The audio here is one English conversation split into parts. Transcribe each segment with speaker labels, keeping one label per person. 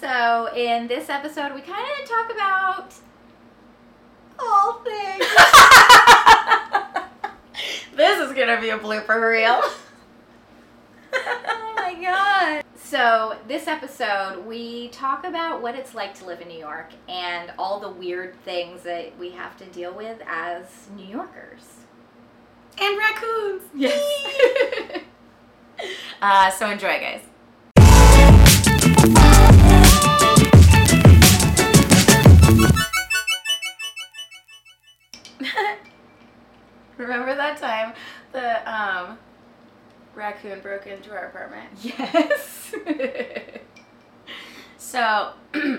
Speaker 1: So, in this episode, we kind of talk about all things.
Speaker 2: this is gonna be a blooper for real.
Speaker 1: oh my god. So, this episode, we talk about what it's like to live in New York and all the weird things that we have to deal with as New Yorkers.
Speaker 2: and raccoons.
Speaker 1: Yes.
Speaker 2: Uh, so enjoy, guys. Remember that time the um, raccoon broke into our apartment?
Speaker 1: yes.
Speaker 2: So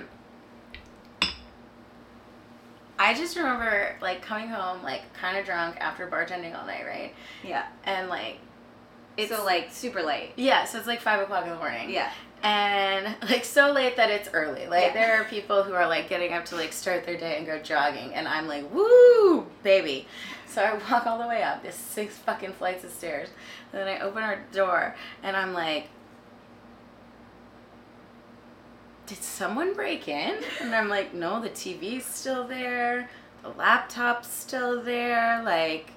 Speaker 2: I just remember like coming home like kind of drunk after bartending all night, right?
Speaker 1: yeah.
Speaker 2: And like
Speaker 1: It's so, like super late.
Speaker 2: yeah, so it's like five o'clock in the morning.
Speaker 1: Yeah.
Speaker 2: and like so late that it's early.
Speaker 1: Yeah.
Speaker 2: Like there are people who are like getting up to like start their day and go jogging, and I'm like, woo, baby. So I walk all the way up this six fucking flights of stairs, and then I open our door, and I'm like, did someone break in? And I'm like, no, the TV's still there, the laptop's still there, like.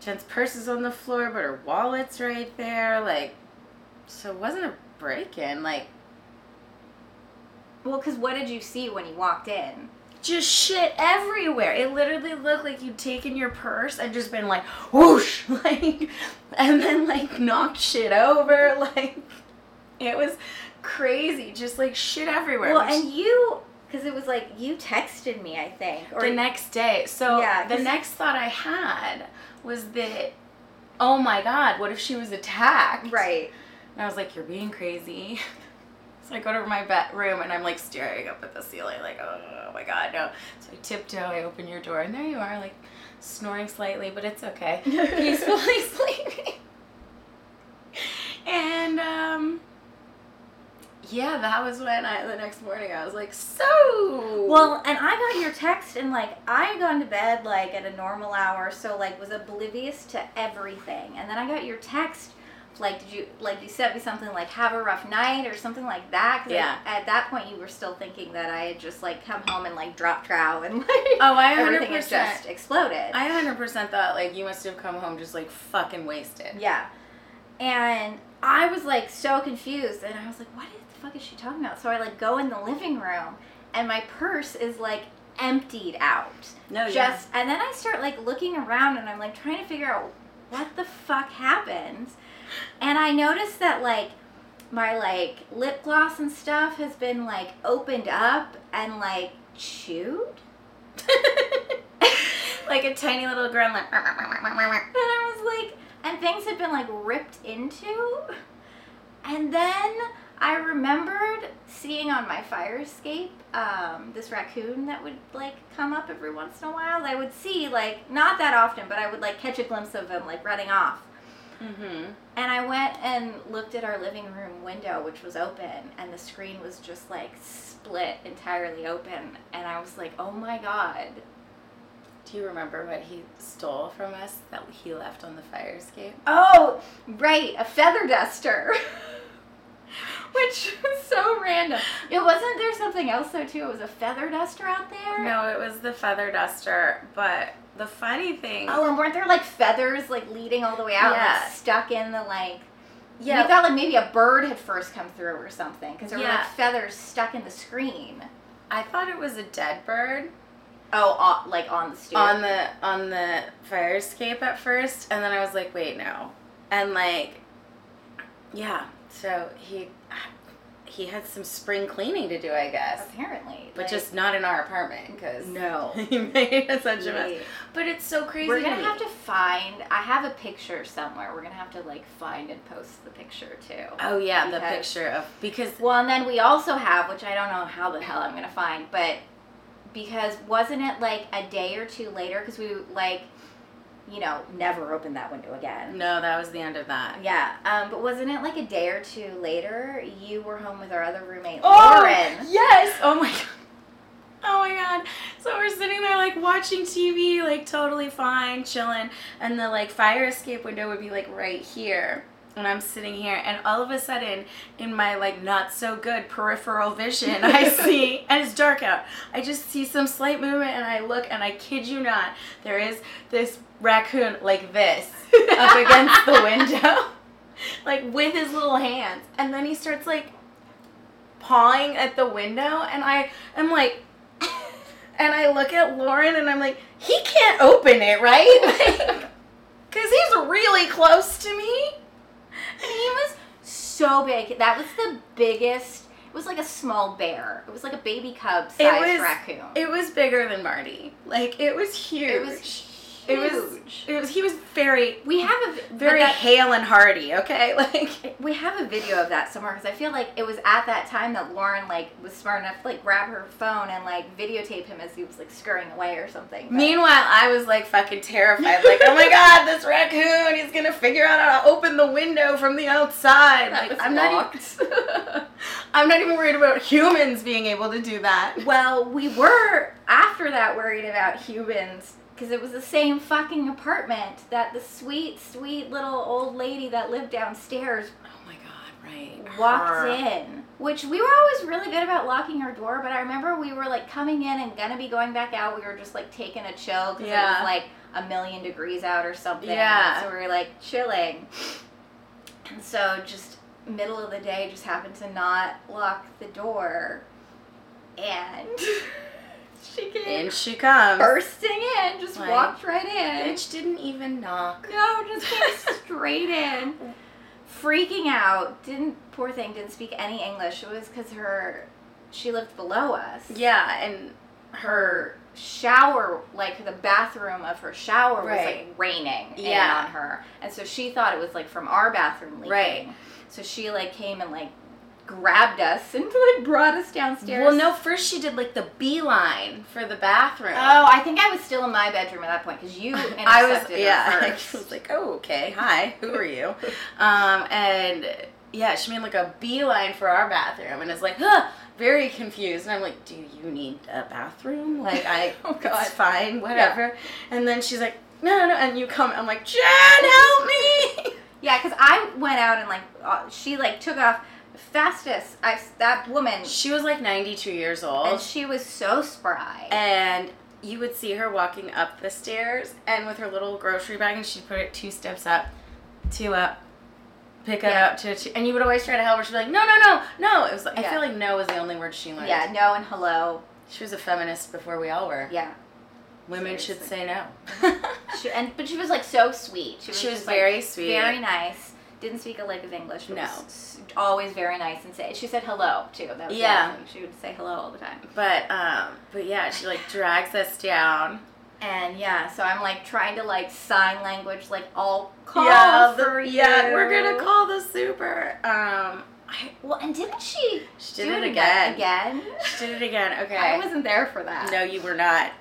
Speaker 2: Jen's purse is on the floor, but her wallet's right there. Like, so it wasn't a break in, like
Speaker 1: Well, because what did you see when you walked in?
Speaker 2: just shit everywhere. It literally looked like you'd taken your purse and just been like whoosh, like, and then like knocked shit over. Like, it was crazy, just like shit everywhere.
Speaker 1: Well,
Speaker 2: which-
Speaker 1: and you, because it was like you texted me, I think, or
Speaker 2: the next day. So
Speaker 1: Yeah,
Speaker 2: the
Speaker 1: 'cause-
Speaker 2: next thought I had was that, oh my god, what if she was attacked?
Speaker 1: right.
Speaker 2: And I was like, you're being crazy. so I go to my bed room and I'm like staring up at the ceiling, like, oh my god, no. So I tiptoe, I open your door, and there you are, like snoring slightly, but it's okay. Peacefully sleeping. And um yeah, that was when I the next morning I was like, so
Speaker 1: Well, and I got your text, and like I had gone to bed like at a normal hour, so like was oblivious to everything. And then I got your text, like did you like you sent me something like have a rough night or something like that? 'cause, like,
Speaker 2: Yeah.
Speaker 1: at that point, you were still thinking that I had just like come home and like dropped trow and like
Speaker 2: Oh, I
Speaker 1: everything had
Speaker 2: 100%.
Speaker 1: just exploded.
Speaker 2: I 100% thought like you must have come home just like fucking wasted.
Speaker 1: Yeah. And I was like so confused and I was like, what the fuck is she talking about? So I like go in the living room and my purse is like emptied out.
Speaker 2: No,
Speaker 1: just
Speaker 2: Oh, yeah.
Speaker 1: and then I start like looking around and I'm like trying to figure out what the fuck happened. And I noticed that like my like lip gloss and stuff has been like opened up and like chewed.
Speaker 2: like a tiny little girl, like.
Speaker 1: And I was like, and things had been like ripped into. And then I remembered seeing on my fire escape um, this raccoon that would like come up every once in a while. I would see, like, not that often, but I would like catch a glimpse of him like running off.
Speaker 2: Mm-hmm.
Speaker 1: And I went and looked at our living room window, which was open, and the screen was just like split entirely open. And I was like, oh my god.
Speaker 2: Do you remember what he stole from us that he left on the fire escape?
Speaker 1: Oh, right, a feather duster. Which was so random. It wasn't there something else though too. It was a feather duster out there.
Speaker 2: No, it was the feather duster. But the funny thing,
Speaker 1: Oh, and weren't there like feathers like leading all the way out,
Speaker 2: Yeah.
Speaker 1: like stuck in the like? We
Speaker 2: yeah,
Speaker 1: thought like maybe a bird had first come through or something because there were
Speaker 2: Yeah.
Speaker 1: like feathers stuck in the screen.
Speaker 2: I thought it was a dead bird
Speaker 1: Oh, on, like on the stoop.
Speaker 2: on the on the fire escape at first, and then I was like, wait, no, and like, yeah. So he he had some spring cleaning to do, I guess,
Speaker 1: apparently,
Speaker 2: but
Speaker 1: like-
Speaker 2: just not in our apartment because
Speaker 1: no.
Speaker 2: he made such a mess.
Speaker 1: Yeah.
Speaker 2: But it's so crazy.
Speaker 1: We're gonna
Speaker 2: to me.
Speaker 1: have to find. I have a picture somewhere. We're gonna have to like find and post the picture too.
Speaker 2: Oh yeah, the
Speaker 1: Because-
Speaker 2: picture of because
Speaker 1: Well, and then we also have, which I don't know how the hell I'm going to find, but because wasn't it like a day or two later? Because we like, you know, never opened that window again.
Speaker 2: no, that was the end of that.
Speaker 1: Yeah, um, but wasn't it like a day or two later? You were home with our other roommate,
Speaker 2: Oh,
Speaker 1: Lauren.
Speaker 2: yes! Oh my god. Oh my god. So we're sitting there like watching TV, like totally fine, chilling, and the like fire escape window would be like right here. and I'm sitting here, and all of a sudden, in my like not so good peripheral vision, I see, and it's dark out. I just see some slight movement, and I look, and I kid you not, there is this raccoon like this up against the window, like with his little hands, and then he starts like pawing at the window, and I am like. And I look at Lauren and I'm like, he can't open it, right? Like, Cause he's really close to me.
Speaker 1: And he was so big. That was the biggest. It was like a small bear. It was like a baby cub
Speaker 2: was-
Speaker 1: sized raccoon.
Speaker 2: It was bigger than Marty. Like it was huge.
Speaker 1: It was huge.
Speaker 2: It was. It was. He was very,
Speaker 1: we have a v-
Speaker 2: very
Speaker 1: but
Speaker 2: hale and hearty. Okay, like
Speaker 1: that- we have a video of that somewhere because I feel like it was at that time that Lauren like was smart enough to like grab her phone and like videotape him as he was like scurrying away or something. But-
Speaker 2: Meanwhile, I was like fucking terrified. Like, oh my god, this raccoon, he's gonna figure out how to open the window from the outside.
Speaker 1: That
Speaker 2: Like,
Speaker 1: was
Speaker 2: I'm not even, I'm not even worried about humans being able to do that.
Speaker 1: Well, we were after that worried about humans because it was the same fucking apartment that the sweet, sweet little old lady that lived downstairs
Speaker 2: Oh my god, right.
Speaker 1: walked
Speaker 2: Her.
Speaker 1: in. Which we were always really good about locking her door, but I remember we were like coming in and gonna be going back out. We were just like taking a chill because
Speaker 2: Yeah.
Speaker 1: it was like a million degrees out or something.
Speaker 2: Yeah.
Speaker 1: So we were like chilling. And so just middle of the day just happened to not lock the door. And she came
Speaker 2: In she comes.
Speaker 1: bursting in, just
Speaker 2: Like,
Speaker 1: walked right in.
Speaker 2: Bitch didn't even knock.
Speaker 1: No, just came straight in, freaking out. Didn't poor thing didn't speak any English. It was because her she lived below us.
Speaker 2: Yeah, and her.
Speaker 1: Shower like the bathroom of her shower was
Speaker 2: Right.
Speaker 1: like raining
Speaker 2: Yeah.
Speaker 1: in on her, and so she thought it was like from our bathroom leaking.
Speaker 2: Right.
Speaker 1: So she like came and like grabbed us and like brought us downstairs.
Speaker 2: Well, no, first she did like the beeline for the bathroom.
Speaker 1: Oh, I think I was still in my bedroom at that point because you intercepted
Speaker 2: I was
Speaker 1: her
Speaker 2: yeah. I
Speaker 1: first.
Speaker 2: was like, oh okay, hi, who are you? Um, and yeah, she made like a beeline for our bathroom, and is like, huh, very confused. And I'm like, do you need a bathroom? Like I,
Speaker 1: Oh, God.
Speaker 2: it's fine, whatever. And then she's like, no, no, no, and you come. I'm like, Jen, help me.
Speaker 1: Yeah, because I went out and like uh, she like took off fastest. I that woman
Speaker 2: She was like 92 years
Speaker 1: and
Speaker 2: old,
Speaker 1: she was so spry.
Speaker 2: and you would see her walking up the stairs, and with her little grocery bag, and she'd put it two steps up, two up, pick it
Speaker 1: Yeah.
Speaker 2: up to, to, and you would always try to help her. She'd be like, no, no, no, no. It was like, I
Speaker 1: Yeah.
Speaker 2: feel like no was the only word she learned.
Speaker 1: yeah, no and hello.
Speaker 2: She was a feminist before we all were.
Speaker 1: Yeah,
Speaker 2: Women should
Speaker 1: seriously.
Speaker 2: say no.
Speaker 1: she and but she was like so sweet. She was,
Speaker 2: She was
Speaker 1: just,
Speaker 2: very
Speaker 1: like,
Speaker 2: sweet.
Speaker 1: very nice. Didn't speak a lick of English. but
Speaker 2: No.
Speaker 1: was s- always very nice and say. She said hello too. That was
Speaker 2: Yeah.
Speaker 1: yeah, she would say hello all the time.
Speaker 2: but um, but yeah, she like drags us down.
Speaker 1: And yeah, so I'm like trying to like sign language, like I'll call
Speaker 2: yeah, the-
Speaker 1: for you.
Speaker 2: yeah, we're gonna call the super. Um, I,
Speaker 1: Well, and didn't she
Speaker 2: she
Speaker 1: do
Speaker 2: did it
Speaker 1: like,
Speaker 2: again.
Speaker 1: Again.
Speaker 2: She did it again. Okay.
Speaker 1: I wasn't there for that.
Speaker 2: No, you were not.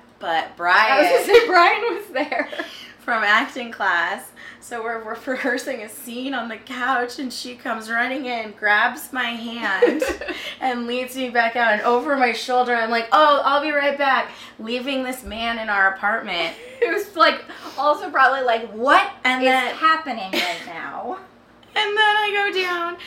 Speaker 1: I was
Speaker 2: But
Speaker 1: gonna
Speaker 2: Brian
Speaker 1: say Brian was there.
Speaker 2: from acting class. So we're we're rehearsing a scene on the couch, and she comes running in, grabs my hand, and leads me back out. And over my shoulder, I'm like, "Oh, I'll be right back." Leaving this man in our apartment.
Speaker 1: it was like also probably like what
Speaker 2: And
Speaker 1: is
Speaker 2: then-
Speaker 1: happening right now.
Speaker 2: And then I go down,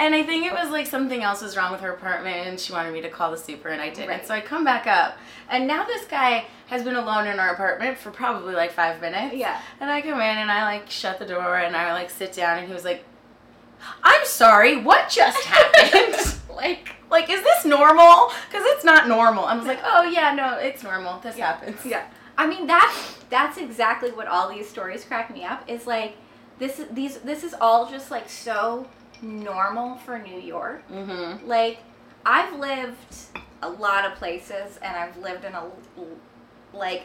Speaker 2: and I think it was like something else was wrong with her apartment, and she wanted me to call the super, and I didn't.
Speaker 1: Right.
Speaker 2: So I come back up, and now this guy has been alone in our apartment for probably like five minutes.
Speaker 1: Yeah.
Speaker 2: And I come in and I like shut the door and I like sit down and he was like, I'm sorry, what just happened?
Speaker 1: like
Speaker 2: like, is this normal? Because it's not normal. I was like, oh yeah, no, it's normal. This happens.
Speaker 1: yeah. I mean that that's exactly what all these stories crack me up is like this is these this is all just like so normal for New York.
Speaker 2: Mm-hmm.
Speaker 1: Like I've lived a lot of places and I've lived in a l- like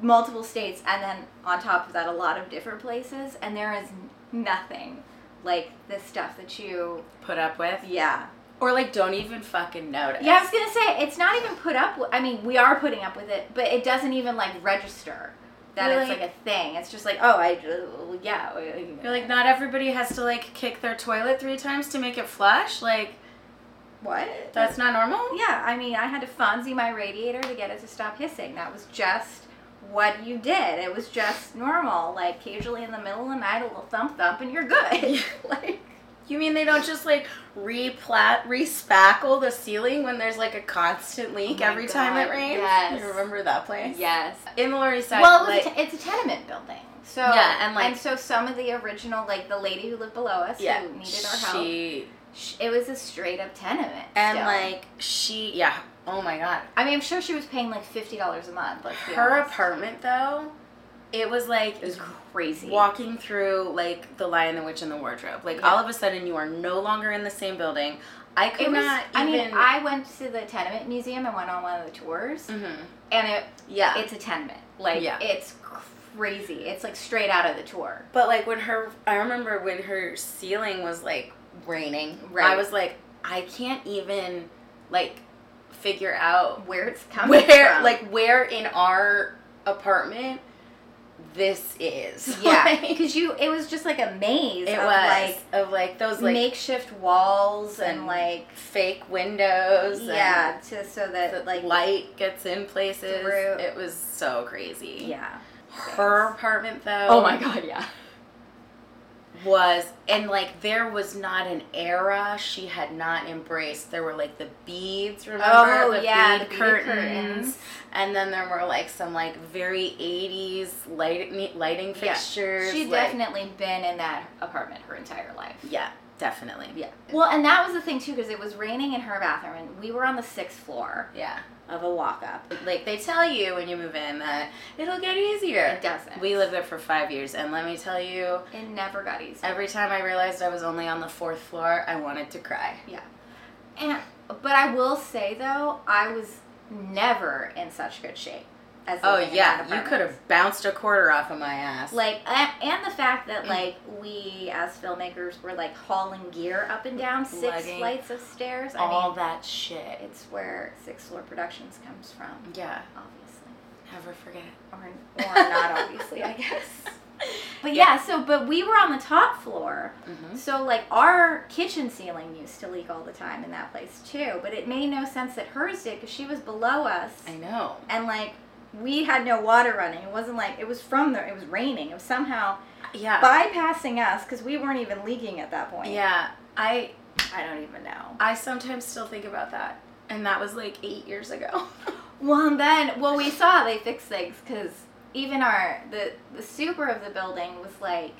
Speaker 1: multiple states and then on top of that a lot of different places and there is nothing like this stuff that you
Speaker 2: Put up with.
Speaker 1: yeah
Speaker 2: Or like, don't even fucking notice.
Speaker 1: yeah i was gonna say it's not even put up with i mean we are putting up with it but it doesn't even like register that
Speaker 2: You're
Speaker 1: it's
Speaker 2: like-
Speaker 1: like a thing it's just like oh i uh, yeah uh,
Speaker 2: You're like, not everybody has to like kick their toilet three times to make it flush. Like,
Speaker 1: what
Speaker 2: that's not normal?
Speaker 1: yeah i mean i had to fonzie my radiator to get it to stop hissing that was just what you did. It was just normal. Like occasionally in the middle of the night, a little thump thump, and you're good. like
Speaker 2: You mean they don't just like replat respackle the ceiling when there's like a constant leak
Speaker 1: Oh my
Speaker 2: every time it
Speaker 1: God,
Speaker 2: rains?
Speaker 1: yes.
Speaker 2: You remember that place?
Speaker 1: yes.
Speaker 2: In the Lower East Side.
Speaker 1: Well, it was
Speaker 2: like,
Speaker 1: a te- it's a tenement building. So
Speaker 2: Yeah, and, like-
Speaker 1: so some of the original like the lady who lived below us
Speaker 2: yeah,
Speaker 1: who needed our help.
Speaker 2: She
Speaker 1: sh- it was a straight up tenement.
Speaker 2: and
Speaker 1: still.
Speaker 2: like she yeah. Oh my god.
Speaker 1: I mean, I'm sure she was paying like fifty dollars a month. Like
Speaker 2: Her apartment though, it was like
Speaker 1: it was crazy.
Speaker 2: walking through like the Lion, the Witch, and the Wardrobe. Like
Speaker 1: Yeah.
Speaker 2: all of a sudden, you are no longer in the same building. I could
Speaker 1: It was,
Speaker 2: not.
Speaker 1: I
Speaker 2: Even,
Speaker 1: mean, I went to the tenement museum and went on one of the tours,
Speaker 2: Mhm.
Speaker 1: and it
Speaker 2: Yeah.
Speaker 1: it's a tenement. Like
Speaker 2: Yeah.
Speaker 1: it's crazy. It's like straight out of the tour.
Speaker 2: But like when her, I remember when her ceiling was like raining.
Speaker 1: Right.
Speaker 2: I was like, I can't even like figure out
Speaker 1: Where it's coming
Speaker 2: where,
Speaker 1: from.
Speaker 2: like where in our apartment this is.
Speaker 1: yeah,
Speaker 2: Like,
Speaker 1: because you it was just like a maze.
Speaker 2: it
Speaker 1: of,
Speaker 2: was
Speaker 1: like,
Speaker 2: of like those like
Speaker 1: makeshift walls and,
Speaker 2: And
Speaker 1: like
Speaker 2: fake windows. and
Speaker 1: yeah, to so that
Speaker 2: the
Speaker 1: like
Speaker 2: light gets in places.
Speaker 1: Through-
Speaker 2: It was so crazy.
Speaker 1: yeah. Oh
Speaker 2: Her apartment though.
Speaker 1: god, yeah.
Speaker 2: was and like there was not an era she had not embraced. There were like the beads, remember?
Speaker 1: Oh
Speaker 2: the
Speaker 1: yeah,
Speaker 2: bead
Speaker 1: the bead
Speaker 2: curtains. And then there were like some like very eighties lighting lighting
Speaker 1: Yeah.
Speaker 2: fixtures.
Speaker 1: She'd
Speaker 2: like-
Speaker 1: definitely been in that apartment her entire life.
Speaker 2: Yeah, definitely.
Speaker 1: Yeah. Well, and that was the thing too, because it was raining in her bathroom, and we were on the sixth floor
Speaker 2: Yeah.
Speaker 1: of a walk-up.
Speaker 2: Like they tell you when you move in that it'll get easier.
Speaker 1: It doesn't.
Speaker 2: We lived there for five years and let me tell you,
Speaker 1: It never got easier.
Speaker 2: every time I realized I was only on the fourth floor, I wanted to cry.
Speaker 1: And but I will say though, I was never in such good shape. As
Speaker 2: Oh
Speaker 1: living in
Speaker 2: yeah,
Speaker 1: that
Speaker 2: you
Speaker 1: apartment.
Speaker 2: could have bounced a quarter off of my ass.
Speaker 1: Like a- and the fact that like we as filmmakers were like hauling gear up and down six
Speaker 2: Lugging
Speaker 1: flights of stairs. I
Speaker 2: all
Speaker 1: mean,
Speaker 2: that shit.
Speaker 1: it's where Six Floor Productions comes from,
Speaker 2: Yeah,
Speaker 1: obviously.
Speaker 2: never forget.
Speaker 1: or, or not obviously i guess but
Speaker 2: Yeah.
Speaker 1: yeah. so but we were on the top floor
Speaker 2: Mm-hmm.
Speaker 1: so like our kitchen ceiling used to leak all the time in that place too but it made no sense that hers did because she was below us
Speaker 2: I know.
Speaker 1: and like we had no water running it wasn't like it was from there it was raining it was somehow
Speaker 2: Yeah,
Speaker 1: bypassing us because we weren't even leaking at that point
Speaker 2: yeah. I
Speaker 1: i don't even know
Speaker 2: I sometimes still think about that, and that was like eight years ago.
Speaker 1: Well, and then, well, we saw they fixed things because even our the the super of the building was like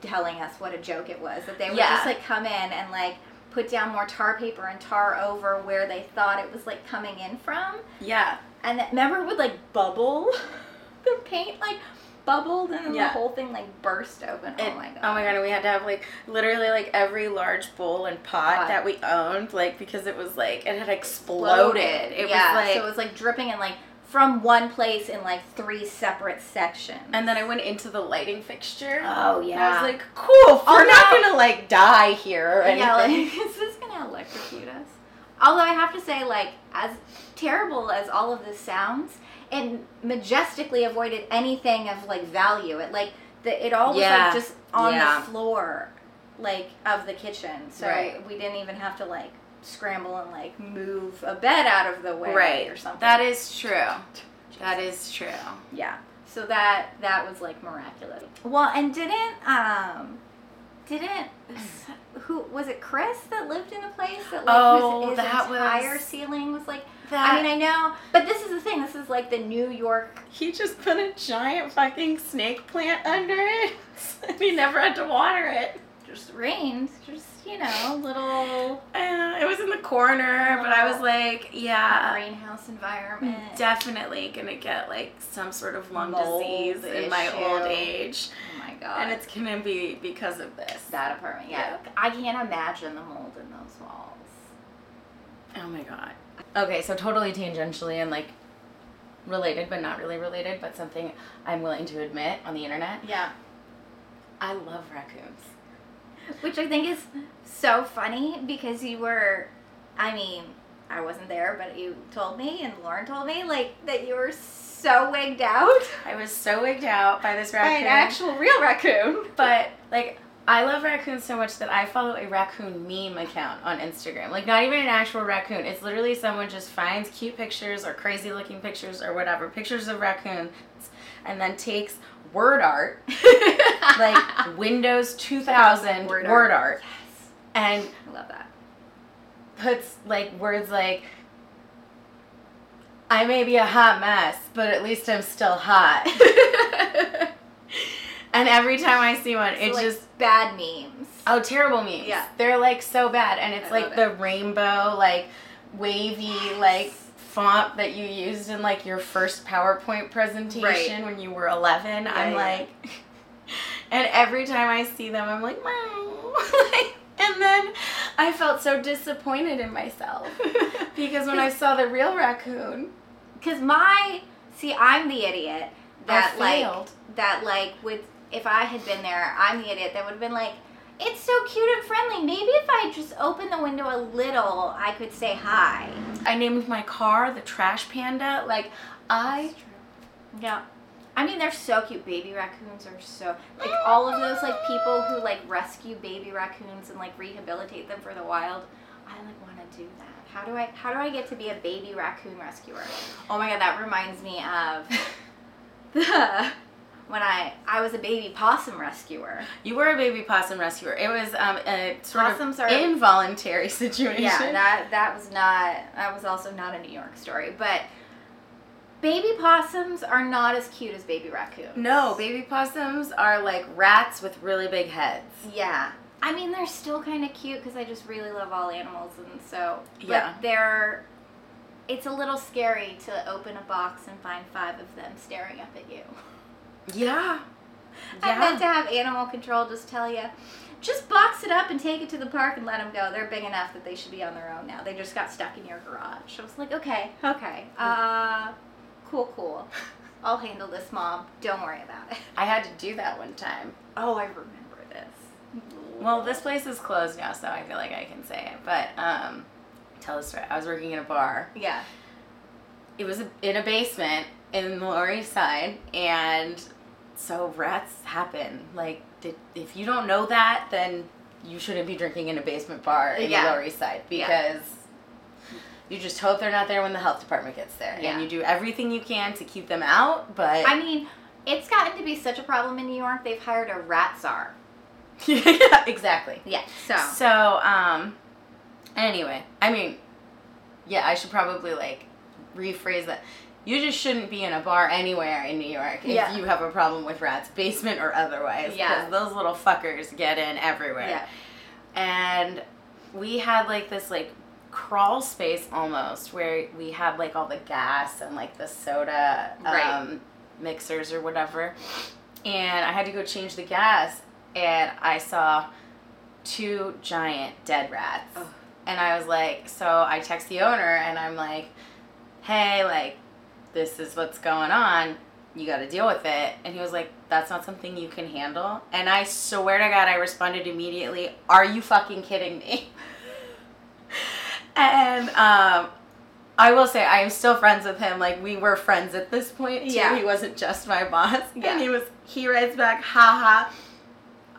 Speaker 1: telling us what a joke it was that they would
Speaker 2: Yeah.
Speaker 1: just like come in and like put down more tar paper and tar over where they thought it was like coming in from,
Speaker 2: yeah,
Speaker 1: and that remember it would like bubble the paint like bubbled and then
Speaker 2: Yeah.
Speaker 1: the whole thing like burst open.
Speaker 2: It-
Speaker 1: oh my god!
Speaker 2: Oh my god, and we had to have like literally like every large bowl and pot
Speaker 1: Pot.
Speaker 2: that we owned, like because it was like it had exploded.
Speaker 1: Bloated.
Speaker 2: It
Speaker 1: yeah,
Speaker 2: was like,
Speaker 1: so it was like dripping and like from one place in like three separate sections.
Speaker 2: and then I went into the lighting fixture.
Speaker 1: oh
Speaker 2: and
Speaker 1: yeah, Oh,
Speaker 2: I was like, cool. We're not
Speaker 1: no.
Speaker 2: gonna like die here or anything.
Speaker 1: Yeah, like, is this gonna electrocute us? Although I have to say, like, as terrible as all of this sounds, it majestically avoided anything of like value. It like the it all was
Speaker 2: Yeah.
Speaker 1: like just on
Speaker 2: Yeah.
Speaker 1: the floor, like of the kitchen. So
Speaker 2: Right.
Speaker 1: we didn't even have to like scramble and like move a bed out of the way
Speaker 2: Right.
Speaker 1: or something.
Speaker 2: that is true. That is true.
Speaker 1: Yeah. So that that was like miraculous. Well, and didn't um didn't who was it Chris that lived in a place that like
Speaker 2: Oh,
Speaker 1: his, his
Speaker 2: that was-
Speaker 1: entire ceiling was like
Speaker 2: That
Speaker 1: I mean I know, but this is the thing. This is like the New York.
Speaker 2: He just put a giant fucking snake plant under it. and he never had to water it.
Speaker 1: Just rains, just you know, little
Speaker 2: Uh, it was in the corner, but I was like, yeah,
Speaker 1: uh, greenhouse environment. Oh
Speaker 2: definitely gonna get like some sort of lung
Speaker 1: Mold
Speaker 2: disease in my
Speaker 1: issue.
Speaker 2: old age.
Speaker 1: oh my god!
Speaker 2: And it's gonna be because of this.
Speaker 1: that apartment. Yeah. I can't imagine the mold in those walls.
Speaker 2: Oh my god. Okay, so totally tangentially and like related, but not really related, but something I'm willing to admit on the internet.
Speaker 1: Yeah.
Speaker 2: I love raccoons.
Speaker 1: Which I think is so funny because you were, I mean, I wasn't there, but you told me and Lauren told me like that you were so wigged out
Speaker 2: I was so wigged out by this
Speaker 1: by
Speaker 2: raccoon.
Speaker 1: an actual real raccoon.
Speaker 2: But like I love raccoons so much that I follow a raccoon meme account on Instagram. Like, not even an actual raccoon. It's literally someone just finds cute pictures or crazy looking pictures or whatever, pictures of raccoons, and then takes word art, like Windows 2000 word,
Speaker 1: Word
Speaker 2: art.
Speaker 1: art. yes.
Speaker 2: and
Speaker 1: I love that.
Speaker 2: puts like words like, I may be a hot mess, but at least I'm still hot. and every time I see one,
Speaker 1: So,
Speaker 2: it
Speaker 1: like,
Speaker 2: just
Speaker 1: bad memes.
Speaker 2: Oh, terrible memes.
Speaker 1: Yeah.
Speaker 2: They're like so bad and it's
Speaker 1: I love
Speaker 2: like the rainbow like wavy
Speaker 1: Yes.
Speaker 2: like font that you used in like your first PowerPoint presentation when you were 11. I'm
Speaker 1: yeah.
Speaker 2: like and every time I see them I'm like wow. like, and then I felt so disappointed in myself because when I saw the real raccoon,
Speaker 1: Because my see, I'm the idiot that
Speaker 2: I
Speaker 1: like
Speaker 2: failed.
Speaker 1: that like with if I had been there, I'm the idiot that would have been like, it's so cute and friendly. Maybe if I just open the window a little, I could say hi.
Speaker 2: I named my car the Trash Panda like I
Speaker 1: Yeah. I mean, they're so cute. Baby raccoons are so like all of those like people who like rescue baby raccoons and like rehabilitate them for the wild. I like want to do that. How do I? How do I get to be a baby raccoon rescuer? Oh my god, that reminds me of the when I I was a baby possum rescuer.
Speaker 2: You were a baby possum rescuer. It was um, a sort
Speaker 1: Possums
Speaker 2: of
Speaker 1: are-
Speaker 2: involuntary situation.
Speaker 1: Yeah, that that was not that was also not a New York story, but baby possums are not as cute as baby raccoons.
Speaker 2: no, baby possums are like rats with really big heads.
Speaker 1: Yeah. I mean, they're still kind of cute because I just really love all animals, and so but
Speaker 2: Yeah.
Speaker 1: they're. It's a little scary to open a box and find five of them staring up at you.
Speaker 2: Yeah.
Speaker 1: And then to have animal control just tell you, just box it up and take it to the park and let them go. They're big enough that they should be on their own now. They just got stuck in your garage. I was like, okay, okay, uh, cool, cool. I'll handle this, mom. Don't worry about it.
Speaker 2: I had to do that one time.
Speaker 1: Oh, I remember this.
Speaker 2: Well, this place is closed now, so I feel like I can say it. But um, tell the story. I was working in a bar.
Speaker 1: yeah.
Speaker 2: It was in a basement in the Lower East Side, and so rats happen. Like, did, if you don't know that, then you shouldn't be drinking in a basement bar in the
Speaker 1: Yeah.
Speaker 2: Lower East Side
Speaker 1: Yeah.
Speaker 2: because you just hope they're not there when the health department gets there,
Speaker 1: Yeah.
Speaker 2: and you do everything you can to keep them out. But
Speaker 1: I mean, it's gotten to be such a problem in New York. They've hired a rat czar.
Speaker 2: yeah, exactly.
Speaker 1: Yeah. So.
Speaker 2: So, um, anyway, I mean, yeah, I should probably like rephrase that. You just shouldn't be in a bar anywhere in New York if
Speaker 1: Yeah.
Speaker 2: you have a problem with rats, basement or otherwise.
Speaker 1: Yeah.
Speaker 2: Because those little fuckers get in everywhere.
Speaker 1: Yeah.
Speaker 2: And we had like this like crawl space almost where we had like all the gas and like the soda um,
Speaker 1: Right.
Speaker 2: mixers or whatever. And I had to go change the gas and I saw two giant dead rats.
Speaker 1: Ugh.
Speaker 2: And I was like, so I text the owner and I'm like, hey, like, this is what's going on. You got to deal with it. And he was like, that's not something you can handle. And I swear to God, I responded immediately, are you fucking kidding me? and um, I will say, I am still friends with him. Like, we were friends at this point. Too.
Speaker 1: Yeah.
Speaker 2: He wasn't just my boss.
Speaker 1: Yeah.
Speaker 2: And he was, he writes back, haha.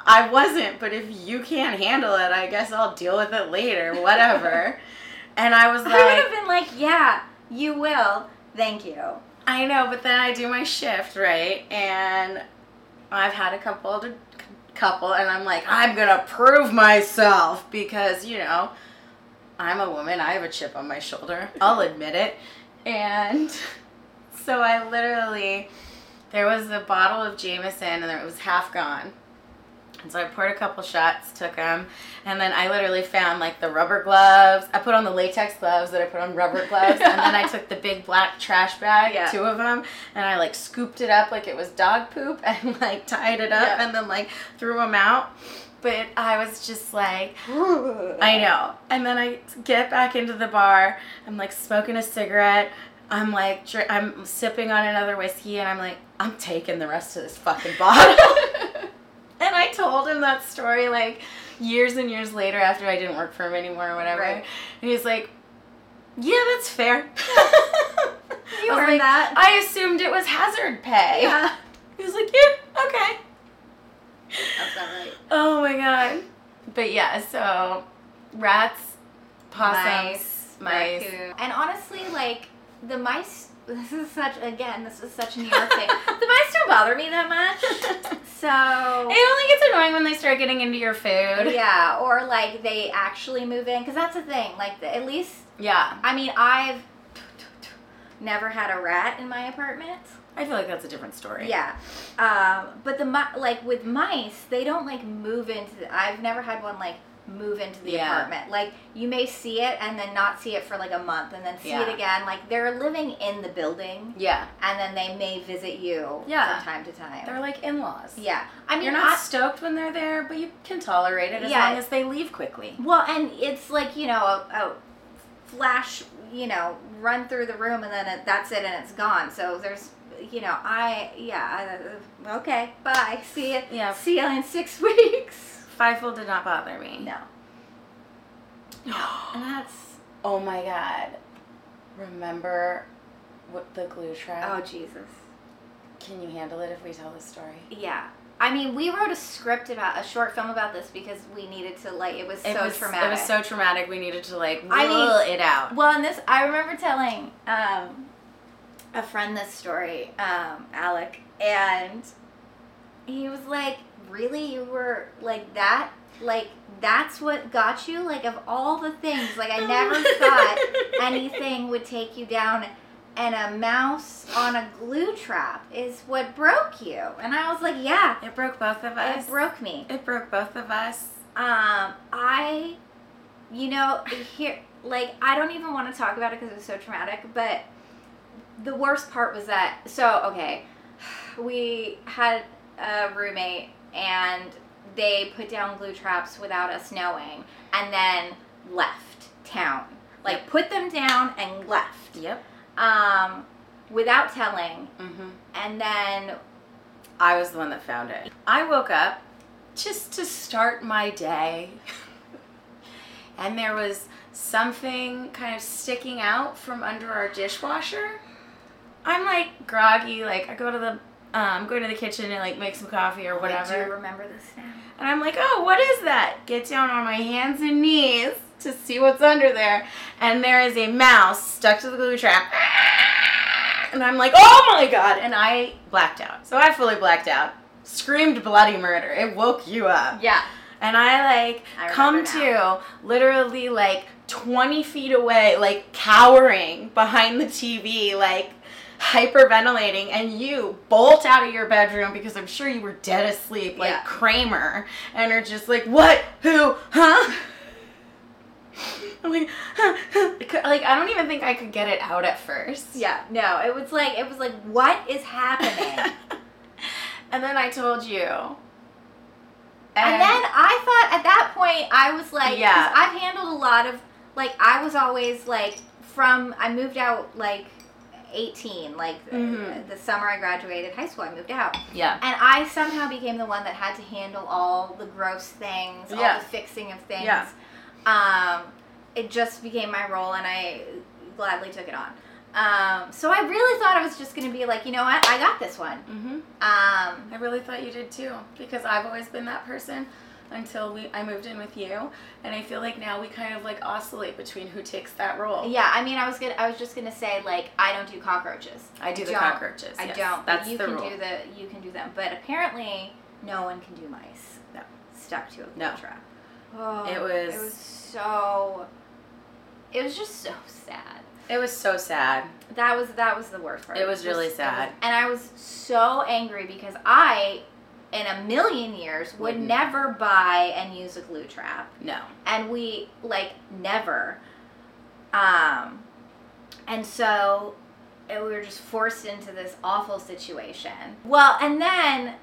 Speaker 2: I wasn't, but if you can't handle it, I guess I'll deal with it later, whatever. and I was
Speaker 1: I would
Speaker 2: like,
Speaker 1: have been like, yeah, you will. Thank you.
Speaker 2: I know, but then I do my shift, right? And I've had a couple to couple and I'm like, I'm going to prove myself because, you know, I'm a woman. I have a chip on my shoulder. I'll admit it. And so I literally there was a bottle of Jameson and it was half gone. And so I poured a couple shots, took them, and then I literally found like the rubber gloves. I put on the latex gloves that I put on rubber gloves, and then I took the big black trash bag,
Speaker 1: Yeah.
Speaker 2: two of them, and I like scooped it up like it was dog poop and like tied it up
Speaker 1: Yeah.
Speaker 2: and then like threw them out. But I was just like, I
Speaker 1: I
Speaker 2: know. And then I get back into the bar. I'm like smoking a cigarette. I'm like, dr- I'm sipping on another whiskey, and I'm like, I'm taking the rest of this fucking bottle. and I told him that story like years and years later after I didn't work for him anymore or whatever.
Speaker 1: Right.
Speaker 2: And he's like, Yeah, that's
Speaker 1: You
Speaker 2: fair. I was
Speaker 1: earned
Speaker 2: like,
Speaker 1: that.
Speaker 2: I assumed it was hazard pay.
Speaker 1: Yeah.
Speaker 2: He was like, Yeah, okay.
Speaker 1: That's not right.
Speaker 2: Oh my god. But yeah, so rats, possums, mice.
Speaker 1: raccoon. And honestly, like the mice. This is such again. This is such a New York thing. The mice don't bother me that much. So
Speaker 2: It only gets annoying when they start getting into your food.
Speaker 1: yeah, or like they actually move in because that's the thing. Like the, at least
Speaker 2: Yeah.
Speaker 1: I mean I've never had a rat in my apartment.
Speaker 2: I feel like that's a different story.
Speaker 1: Yeah, um, but the mi- like with mice, they don't like move into. The, I've never had one like move into the
Speaker 2: Yeah.
Speaker 1: apartment. Like you may see it and then not see it for like a month and then see it
Speaker 2: Yeah.
Speaker 1: again. Like they're living in the building
Speaker 2: Yeah.
Speaker 1: and then they may visit you
Speaker 2: Yeah.
Speaker 1: from time to time.
Speaker 2: They're like in laws.
Speaker 1: yeah, I mean,
Speaker 2: You're not
Speaker 1: I-
Speaker 2: stoked when they're there, but you can tolerate it as
Speaker 1: Yeah.
Speaker 2: long as they leave quickly.
Speaker 1: well, and it's like you know a, a flash, you know, run through the room and then it, that's it and it's gone. So there's. You know, I yeah. I, uh, okay, bye. See you.
Speaker 2: Yeah.
Speaker 1: See you in six weeks.
Speaker 2: Fivefold did not bother me.
Speaker 1: No.
Speaker 2: And that's oh my god. Remember what the glue
Speaker 1: Oh
Speaker 2: trap?
Speaker 1: Jesus. Oh,
Speaker 2: Can you handle it if we tell the story?
Speaker 1: Yeah. I mean, we wrote a script about a short film about this because we needed to like it was
Speaker 2: It
Speaker 1: so
Speaker 2: was
Speaker 1: traumatic.
Speaker 2: It was so traumatic. We needed to like will
Speaker 1: I mean-
Speaker 2: it out.
Speaker 1: Well, and this I remember telling um, a friend this story, um, Alec, and he was like, "Really, you were like that? Like that's what got you? Like of all the things, like I never thought anything would take you down." And a mouse on a glue trap is what broke you. And I was like, yeah,
Speaker 2: It broke both of us.
Speaker 1: it broke me.
Speaker 2: It broke both of us.
Speaker 1: Um, I, you know, here, like, I don't even want to talk about it because it was so traumatic, but the worst part was that, so, okay, we had a roommate and they put down glue traps without us knowing and then left town. Like, put them down and left,
Speaker 2: Yep.
Speaker 1: um, without telling.
Speaker 2: Mhm.
Speaker 1: And then,
Speaker 2: I was the one that found it. I woke up just to start my day. and there was something kind of sticking out from under our dishwasher. I'm like groggy, like I go to the um, go to the kitchen and like make some coffee or whatever.
Speaker 1: I do remember this now.
Speaker 2: And I'm like, oh, what is that? Get down on my hands and knees to see what's under there. And there is a mouse stuck to the glue trap. And I'm like, oh my god. And I blacked out. So I fully blacked out. Screamed bloody murder. It woke you up.
Speaker 1: Yeah.
Speaker 2: And I like
Speaker 1: I
Speaker 2: come
Speaker 1: remember
Speaker 2: to literally like 20 feet away, like cowering behind the TV, like hyperventilating. And you bolt out of your bedroom because I'm sure you were dead asleep, like
Speaker 1: Yeah.
Speaker 2: Kramer, and are just like, what? Who? Huh? I'm like, like I don't even think I could get it out at first.
Speaker 1: Yeah, no, it was like it was like what is happening?
Speaker 2: and then I told you.
Speaker 1: and then I thought at that point I was like, 'cause
Speaker 2: Yeah.
Speaker 1: I've handled a lot of like I was always like from I moved out like 18, like uh,
Speaker 2: Mhm.
Speaker 1: the summer I graduated high school, I moved out,
Speaker 2: yeah,
Speaker 1: and I somehow became the one that had to handle all the gross things, all
Speaker 2: Yeah.
Speaker 1: the fixing of things.
Speaker 2: Yeah.
Speaker 1: Um, it just became my role, and I gladly took it on. Um, so I really thought I was just gonna be like, you know what, I got this one.
Speaker 2: mm-hmm.
Speaker 1: Um,
Speaker 2: I really thought you did too, because I've always been that person until we I moved in with you, and I feel like now we kind of like oscillate between who takes that role.
Speaker 1: yeah, I mean, I was gonna, I was just gonna say like, I don't do cockroaches.
Speaker 2: I do the
Speaker 1: don't.
Speaker 2: cockroaches.
Speaker 1: I
Speaker 2: yes.
Speaker 1: don't. but
Speaker 2: That's
Speaker 1: you
Speaker 2: the
Speaker 1: can
Speaker 2: rule.
Speaker 1: do the, you can do them, but apparently, no one can do mice.
Speaker 2: No.
Speaker 1: Stuck to a glue
Speaker 2: No.
Speaker 1: trap. Oh,
Speaker 2: It was-
Speaker 1: It was so. It was just so sad.
Speaker 2: It was so sad.
Speaker 1: That was that was the worst part.
Speaker 2: It was really
Speaker 1: Just-
Speaker 2: sad.
Speaker 1: and I was so angry because I, in a million years, would
Speaker 2: Wouldn't.
Speaker 1: never buy and use a glue trap.
Speaker 2: No.
Speaker 1: and we like never um and so it, we were just forced into this awful situation well and then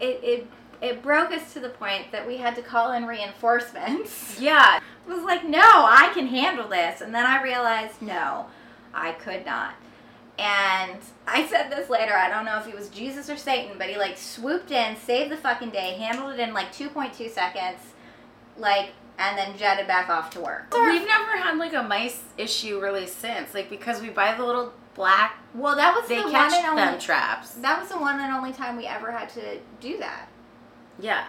Speaker 1: it it it broke us to the point that we had to call in reinforcements
Speaker 2: Yeah.
Speaker 1: I was like no i can handle this and then i realized no i could not and i said this later i don't know if he was jesus or satan but he like swooped in saved the fucking day handled it in like 2.2 seconds like and then jetted back off to work
Speaker 2: We've never had like a mice issue really since, like because we buy the little black
Speaker 1: well that was
Speaker 2: they
Speaker 1: the one
Speaker 2: catch
Speaker 1: and
Speaker 2: them
Speaker 1: only
Speaker 2: traps.
Speaker 1: that was the one and only time we ever had to do that
Speaker 2: Yeah.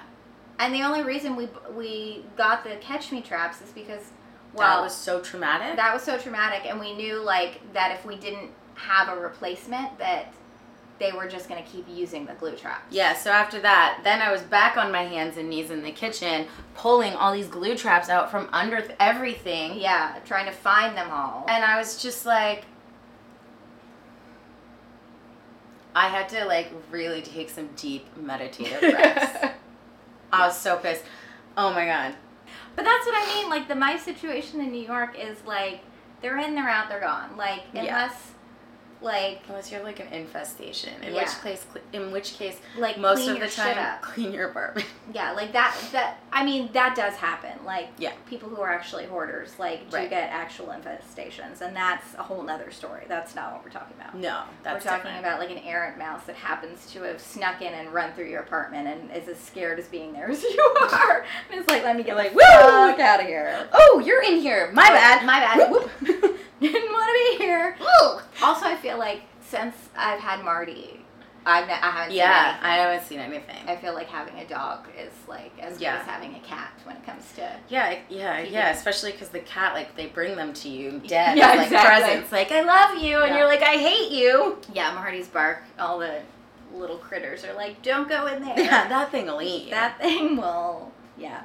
Speaker 1: And the only reason we we got the catch me traps is because
Speaker 2: Wow.
Speaker 1: well
Speaker 2: That was so traumatic.
Speaker 1: that was so traumatic and we knew like that if we didn't have a replacement that they were just going to keep using the glue trap.
Speaker 2: yeah, so after that, then I was back on my hands and knees in the kitchen, pulling all these glue traps out from under th- everything.
Speaker 1: Yeah, trying to find them all.
Speaker 2: And I was just like, I had to like really take some deep meditative breaths. I was so pissed. Oh my god.
Speaker 1: But that's what I mean. Like the mice situation in New York is like they're in, they're out, they're gone. Like
Speaker 2: Yeah.
Speaker 1: unless, like,
Speaker 2: Unless you have like an infestation, in which
Speaker 1: Yeah.
Speaker 2: case, in which case,
Speaker 1: like
Speaker 2: most
Speaker 1: clean
Speaker 2: of the
Speaker 1: your shit
Speaker 2: time,
Speaker 1: up.
Speaker 2: clean your apartment.
Speaker 1: yeah, like that. That I mean, that does happen. Like
Speaker 2: Yeah.
Speaker 1: people who are actually hoarders like do
Speaker 2: Right.
Speaker 1: get actual infestations, and that's a whole nother story. That's not what we're talking about.
Speaker 2: No, that's
Speaker 1: we're talking
Speaker 2: different.
Speaker 1: about like an errant mouse that happens to have snuck in and run through your apartment and is as scared as being there as you are. And it's like, let me get like,
Speaker 2: Like,
Speaker 1: woo,
Speaker 2: woo!
Speaker 1: out of here.
Speaker 2: Oh, you're in here. My
Speaker 1: Oh,
Speaker 2: bad.
Speaker 1: My bad.
Speaker 2: Whoop.
Speaker 1: Didn't want to be here.
Speaker 2: Woo.
Speaker 1: Also, I feel like since I've had Marty, I've ne- I haven't
Speaker 2: yeah,
Speaker 1: seen
Speaker 2: I haven't seen anything.
Speaker 1: anything. I feel like having a dog is like as
Speaker 2: Yeah.
Speaker 1: good as having a cat when it comes to.
Speaker 2: Yeah, I- yeah,
Speaker 1: You
Speaker 2: yeah.
Speaker 1: can-
Speaker 2: Especially because the cat, like, they bring them to you dead,
Speaker 1: Yeah,
Speaker 2: as, like
Speaker 1: exactly.
Speaker 2: presents. Like, I love you, and
Speaker 1: Yeah.
Speaker 2: you're like, I hate you.
Speaker 1: Yeah, Marty's bark. All the little critters are like, don't go in there.
Speaker 2: Yeah, that thing will eat. you.
Speaker 1: That thing will. Yeah.